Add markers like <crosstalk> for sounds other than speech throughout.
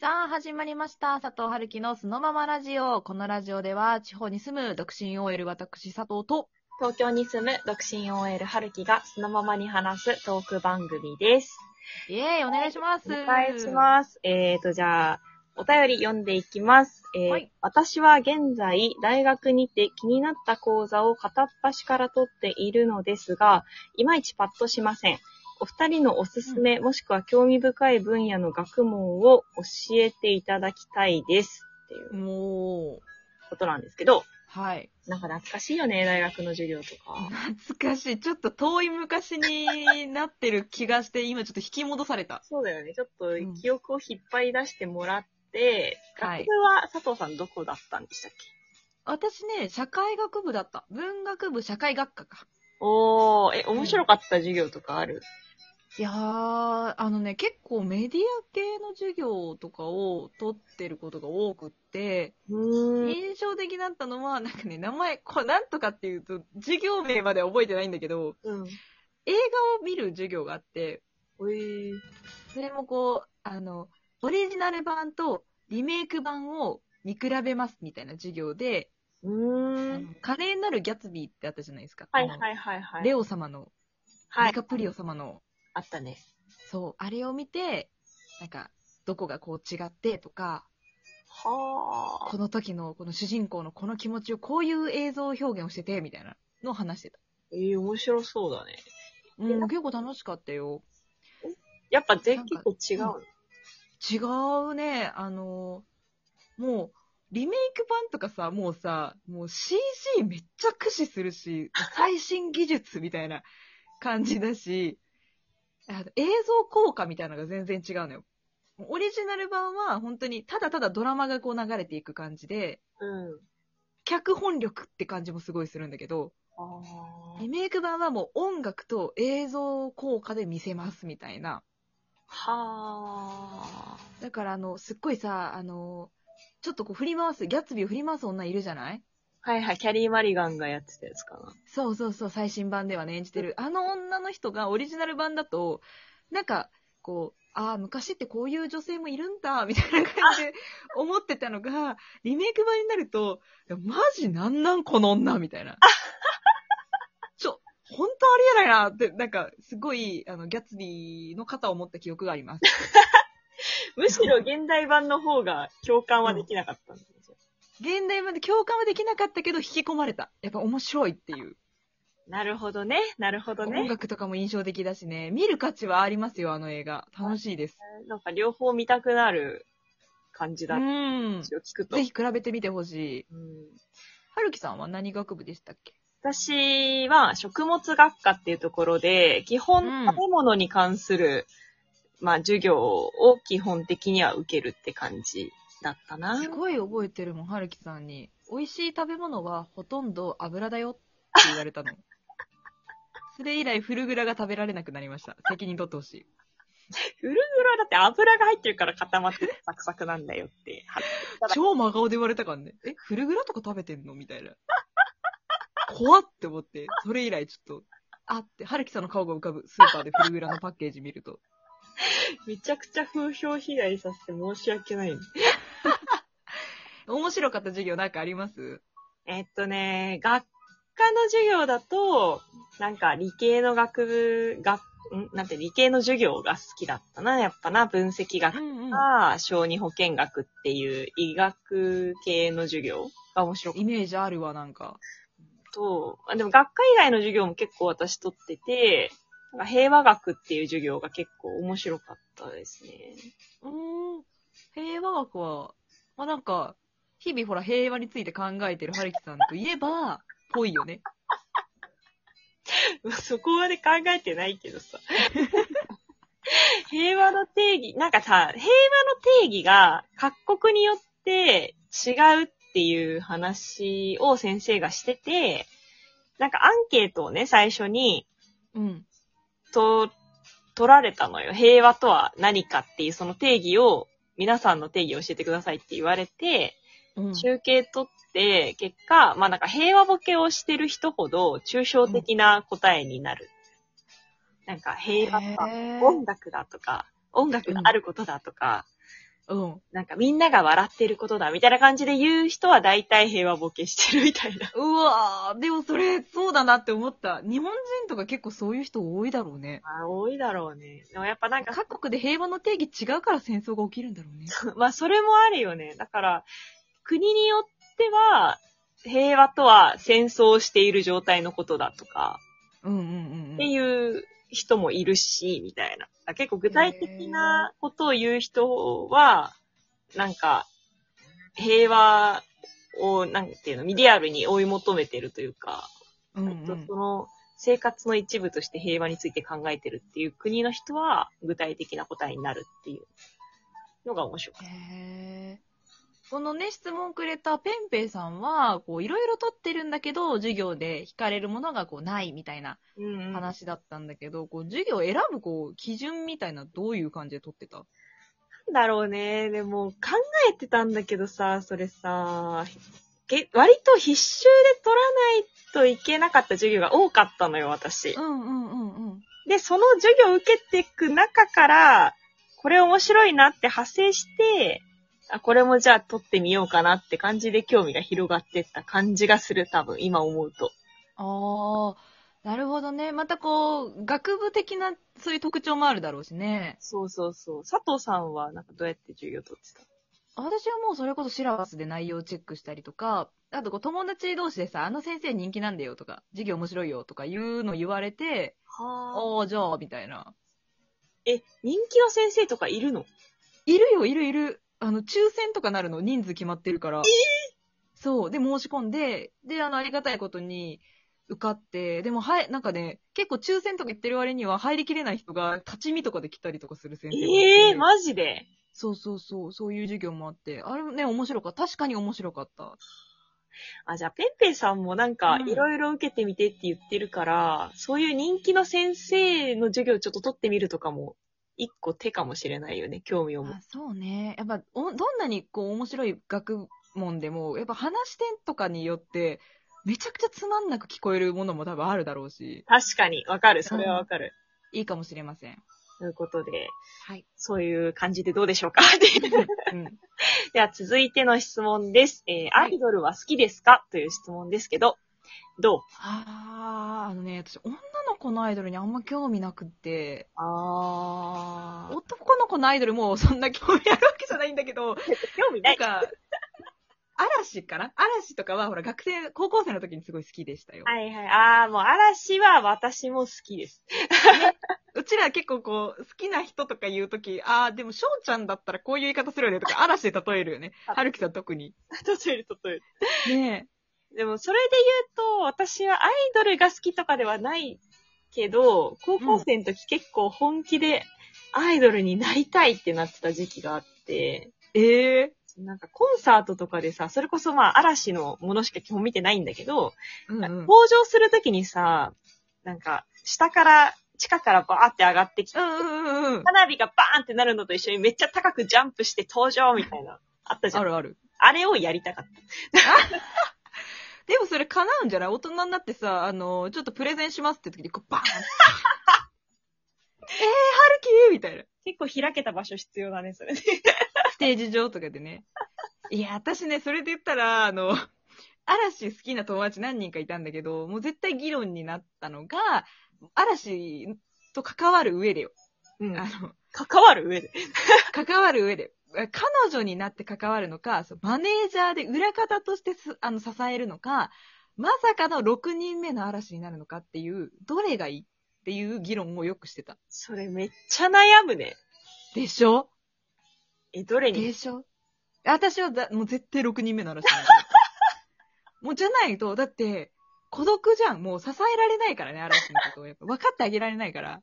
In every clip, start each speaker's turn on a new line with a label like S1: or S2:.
S1: さあ、始まりました。佐藤春樹のそのままラジオ。このラジオでは、地方に住む独身 OL 私佐藤と、
S2: 東京に住む独身 OL 春樹がそのままに話すトーク番組です。
S1: イエーイ、お願いします。
S2: お願いします。えーと、じゃあ、お便り読んでいきます。えー
S1: はい
S2: 私は現在、大学にて気になった講座を片っ端から取っているのですが、いまいちパッとしません。お二人のおすすめ、もしくは興味深い分野の学問を教えていただきたいです。っていう
S1: す。もう、
S2: ことなんですけど、
S1: はい。
S2: なんか懐かしいよね、大学の授業とか。
S1: 懐かしい。ちょっと遠い昔になってる気がして、今ちょっと引き戻された。
S2: そうだよね。ちょっと
S1: ん
S2: 記憶を引っ張り出してもらって、
S1: はい
S2: 学部は佐藤さんどこだったんでしたっけ
S1: 私ね、社会学部だった。文学部社会学科か。
S2: おー、え、面白かった授業とかある、
S1: いやー、あのね、結構メディア系の授業とかを取ってることが多くって、
S2: うーん。
S1: 印象的だったのは、なんかね、名前、これなんとかっていうと、授業名までは覚えてないんだけど、
S2: うん。
S1: 映画を見る授業があって、
S2: えー、
S1: それもこう、あの、オリジナル版とリメイク版を見比べますみたいな授業で、
S2: う
S1: あ
S2: ー
S1: の
S2: ん。
S1: 華麗なるギャツビーってあったじゃないですか。
S2: はい
S1: あ
S2: はいはいは
S1: の
S2: い。
S1: レオ様の、
S2: は
S1: デ
S2: い
S1: ィ。カプリオ様の、
S2: あったね。
S1: そう、あれを見て、なんか、どこがこう違ってとか、
S2: は
S1: この時のこの主人公のこの気持ちをこういう映像表現をしてて、みたいなのを話してた。
S2: ー。えー、面白そうだね。
S1: うん、結構楽しかったよ。
S2: やっぱ全
S1: なんか
S2: 結構違う
S1: 違
S2: の。
S1: うね。あの、もう、リメイク版とかさ、もうさ、もう CG めっちゃ駆使するし、最新技術みたいな感じだし、あと映像効果みたいなのが全然違うのよ。オリジナル版は本当にただただドラマがこう流れていく感じで、
S2: うん。
S1: 脚本力って感じもすごいするんだけど、
S2: あ
S1: リ
S2: ー
S1: メイク版はもう音楽と映像効果で見せますみたいな。
S2: は
S1: だからあの、すっごいさ、あの、ちょっとこう振り回す、ギャッツビーを振り回す女いるじゃない
S2: ー。はいはい、キャリー・マリガンがやってたやつかな。
S1: そうそうそう、最新版ではね、演じてる。あの女の人がオリジナル版だと、なんか、こう、ああ、昔ってこういう女性もいるんだ、みたいな感じで思ってたのが、リメイク版になると、いやマジなんなんこの女、みたいな。ちょ、本当ありえないなって、なんか、すごい、あの、ギャッツビーの肩を持った記憶があります。
S2: むしろ現代版の方が共感はできなかったんですよ。
S1: 現代版で共感はできなかったけど、引き込まれた。やっぱ面白いっていう。
S2: なるほどね。なるほど
S1: 音
S2: ね。
S1: 楽とかも印象的だしね、見る価値はありますよ、あの映画。楽しいです。
S2: なんか両方見たくなる感じ
S1: う
S2: だ。
S1: ん。
S2: 一応聞くと
S1: ぜひ。比べてみてほしい。
S2: うん
S1: はるきさんは何学部でしたっけ
S2: 私は食物学科っていうところで、
S1: う
S2: 基
S1: ん
S2: 本食べ物に関する、まあ授業を基本的には受けるって感じだったな
S1: す。ごい覚えてるもん、はるきさんに。美味しい食べ物はほとんど油だよって言われた
S2: <laughs>
S1: の。それ以来、フルグラが食べられなくなりました。責任取ってほしい。
S2: フルフルはだって油が入ってるから固まっててサクサクなんだよって。
S1: 超真顔で言われたからね。え、フルグラとか食べてんのみたいな。 <laughs> 怖っって思って、それ以来ちょっと、あって、はるきさんの顔が浮かぶ。スーパーでフルグラのパッケージ見ると。
S2: めちゃくちゃ風評被害させて申し訳ない。
S1: 面白かった授業なんかあります
S2: えっとね、学科の授業だと、なんか理系の学部、学、んなんて理系の授業が好きだったな、やっぱな、分析学
S1: んうん
S2: か、小児保健学っていう医学系の授業が面白かっ
S1: イメージあるわ、なんか。
S2: たと、あでも学科以外の授業も結構私取ってて、なんか平和学っていう授業が結構面白かったですね。
S1: うーん。平和学は、まあ、なんか、日々ほら平和について考えてる春樹さんといえば、ぽいよね。
S2: <laughs> そこまで考えてないけどさ。平和の定義、なんかさ、平和の定義が各国によって違うっていう話を先生がしてて、なんかアンケートをね、最初に
S1: うん。
S2: と、取られたのよ。平和とは何かっていうその定義を、皆さんの定義を教えてくださいって言われて、
S1: うん。
S2: 集計取って、結果、まあなんか平和ボケをしてる人ほど抽象的な答えになる。なんか平和とか、
S1: へー
S2: 音楽だとか、音楽があることだとか、
S1: うん。
S2: なんかみんなが笑ってることだみたいな感じで言う人は大体平和ボケしてるみたいな。
S1: うわー、でもそれ、そうだなって思った。日本人とか結構そういう人多いだろうね。
S2: あ多いだろうね。でもやっぱなんか、
S1: 各国で平和の定義違うから戦争が起きるんだろうね。
S2: <laughs> まあそれもあるよね。だから、国によっては、平和とは戦争をしている状態のことだとか、
S1: <laughs> うんうんうん
S2: っていう人もいるし、みたいな。あ結構具体的なことを言う人は、なんか、平和を、なんていうの、ミディアルに追い求めてるというか、
S1: うん。うんう
S2: と
S1: ん
S2: その生活の一部として平和について考えてるっていう国の人は具体的な答えになるっていうのが面白かっ
S1: へーこのね、質問くれたペンペイさんは、こう、いろいろ取ってるんだけど、授業で惹かれるものがこう、ないみたいな
S2: た。うん、
S1: 話だったんだけど、こう、授業を選ぶこう、基準みたいな、どういう感じで取ってた
S2: だろうね。でも考えてたんだけどさ、それさ、け割と必修で取らないといけなかった授業が多かったのよ、私。
S1: んうんうんうん。
S2: で、その授業を受けていく中から、これ面白いなって派生して、あ、これもじゃあ撮ってみようかなって感じで興味が広がってった感じがする、多分、今思うと。
S1: ああ、なるほどね。またこう、学部的な、そういう特徴もあるだろうしね。
S2: そうそうそう。佐藤さんは、なんかどうやって授業撮ってた
S1: 私はもうそれこそシラバスで内容チェックしたりとか、あとこう友達同士でさ、あの先生人気なんだよとか、授業面白いよとかいうの言われて、
S2: はあ。
S1: ああ、じゃあ、みたいな。
S2: え、人気の先生とかいるの
S1: いるよ、いるいる。あの、抽選とかなるの、人数決まってるから。そう。で、申し込んで、で、あの、ありがたいことに受かって、でも、はい、なんかね、結構抽選とか言ってる割には入りきれない人が、立ち見とかで来たりとかする先生もいて。
S2: ええマジで
S1: そうそうそう、そういう授業もあって、あれもね、面白かった。確かに面白かった。
S2: あ、じゃあ、ペンペンさんもなんか
S1: う、ん
S2: いろいろ受けてみてって言ってるから、そういう人気の先生の授業ちょっと撮ってみるとかも、一個手かもしれないよね、興味を持って
S1: あそうね。やっぱお、どんなにこう面白い学問でも、やっぱ話し点とかによって、めちゃくちゃつまんなく聞こえるものも多分あるだろうし、
S2: 確かに、わかる。それはわかる。
S1: いいかもしれません。
S2: ということで、
S1: はい。
S2: そういう感じでどうでしょうか <laughs>
S1: うん。
S2: では、続いての質問です。えー、アイドルは好きですかという質問ですけど、どう
S1: あー、あのね、私、女の子のアイドルにあんま興味なくって、
S2: あ
S1: 男の子のアイドルもそんな興味あるわけじゃないんだけど、
S2: 興味な
S1: ないん。か、嵐かな嵐とかは、ほら、学生、高校生の時にすごい好きでしたよ。
S2: はいはい。ああ、もう嵐は私も好きです。
S1: うちら結構こう、好きな人とか言う時、あー、でも、翔ちゃんだったらこういう言い方するよねとか、嵐で例えるよね。
S2: あ
S1: はるきさん特に。
S2: <laughs> 例える例える。
S1: ね
S2: でも、それで言うと、私はアイドルが好きとかではないけど、高校生の時結構本気でアイドルになりたいってなってた時期があって、
S1: え。ええ
S2: なんかコンサートとかでさ、それこそまあ嵐のものしか基本見てないんだけど、
S1: うんうん。
S2: 登場するときにさ、なんか下から、地下からバーって上がってきて、
S1: うんうんうんうん。
S2: 花火がバーンってなるのと一緒にめっちゃ高くジャンプして登場みたいな、あったじゃ
S1: あ
S2: ん。あ
S1: るある。
S2: れをやりたかった。
S1: でもそれ叶うんじゃない大人になってさ、あの、ちょっとプレゼンしますって時に、こうバ <laughs> ーンえー、はるきみたいな。
S2: 結構開けた場所必要だね、それね。
S1: ステージ上とかでね。いや、私ね、それで言ったら、あの、嵐好きな友達何人かいたんだけど、もう絶対議論になったのが、嵐と関わる上でよ。
S2: うん
S1: あの、
S2: 関わる上で。
S1: 関わる上で。え彼女になって関わるのか、そうマネージャーで裏方としてすあの支えるのか、まさかの6人目の嵐になるのかっていう、どれがいいっていう議論をよくしてた。
S2: それめっちゃ悩むね。
S1: でしょ
S2: え、どれに
S1: でしょ私はだもう絶対6人目の嵐になる。もうじゃないと、だって、孤独じゃん。もう支えられないからね、嵐のことを。やっぱ分かってあげられないから。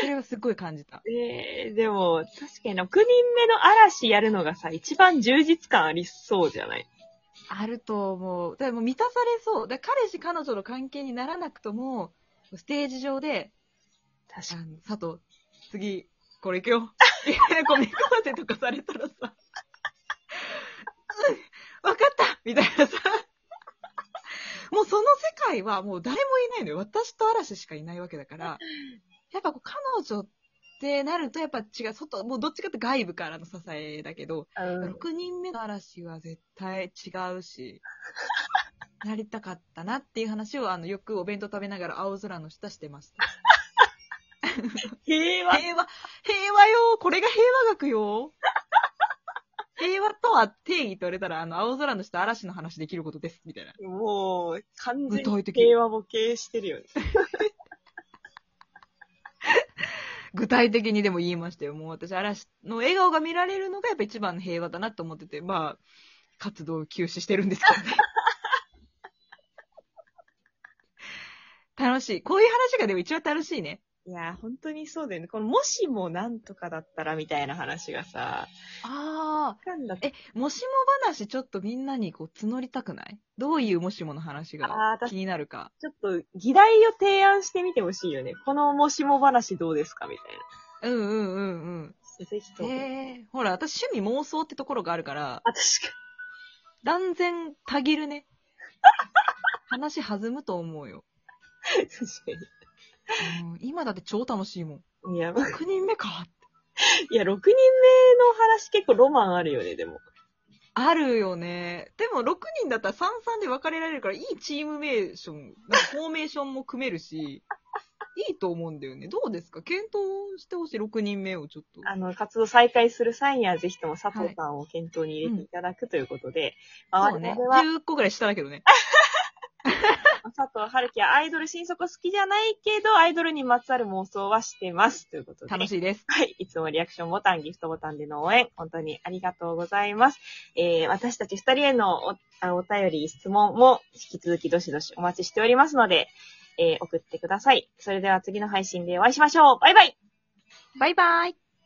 S1: それはすごい感じた。
S2: えー、でも、確かに6人目の嵐やるのがさ、一番充実感ありそうじゃない
S1: あると思う。でもう満たされそう。だから彼氏、彼女の関係にならなくとも、ステージ上で、
S2: 確
S1: あの佐藤、次、これ行くよ。 <laughs> ごめん、こってとかされたらさ、 <laughs> うん、わかったみたいなさ、もうその世界はもう誰もいないのよ。私と嵐しかいないわけだから、やっぱこう彼女ってなると、やっぱ違う、外、もうどっちかって外部からの支えだけど、
S2: うん。
S1: 6人目の嵐は絶対違うし、なりたかったなっていう話を、あの、よくお弁当食べながら青空の下してました。
S2: <laughs> 平和。
S1: 平和、平和よこれが平和学
S2: <laughs>
S1: よ平和とは定義って言われたら、あの、青空の下嵐の話できることです、みたいな。
S2: もう、完全
S1: 具体
S2: に
S1: 的
S2: 平和ボケしてるよね。
S1: 具体的にでも言いましたよ。もう私、嵐の笑顔が見られるのがやっぱ一番の平和だなと思ってて、まあ、活動を休止してるんですけどね。楽しい。こういう話がでも一番楽しいね。
S2: いやー、本当にそうだよね。この、もしもなんとかだったらみたいな話がさ、
S1: ああ、
S2: なんだっけ
S1: え、もしも話ちょっとみんなにこう募りたくないどういうもしもの話が
S2: あー、私
S1: 気になるか。
S2: ちょっと、議題を提案してみてほしいよね。このもしも話どうですかみた
S1: う
S2: い
S1: んうんうん
S2: な。ぜひ
S1: う
S2: と
S1: ん。
S2: も。
S1: へえ、ほら、私趣味妄想ってところがあるから、
S2: あ、確か
S1: 断然たぎるね。話弾むと思うよ。
S2: に。確か
S1: うん今だって超楽しいもん。
S2: に。いや、
S1: 6人目か。
S2: いや、6人目の話結構ロマンあるよね、でも。
S1: あるよね。でも6人だったら33で分かれられるから、いいチームメーション、なんかフォーメーションも組めるし、いいと思うんだよね。どうですか検討してほしい、6人目をちょっと。
S2: あの、活動再開する際には、ぜひとも佐藤さんを検討に入れていただくということで、まあ
S1: そうね。
S2: 我々は、
S1: 10個ぐらい下だけどね。
S2: 佐藤春樹はアイドル心底好きじゃないけど、アイドルにまつわる妄想はしてます。ということで。
S1: 楽しいです。
S2: はい。いつもリアクションボタン、ギフトボタンでの応援、本当にありがとうございます。えー、私たち二人へのおあお便り、質問も引き続きどしどしお待ちしておりますので、えー、送ってください。それでは次の配信でお会いしましょう。バイバイ
S1: バイバイ。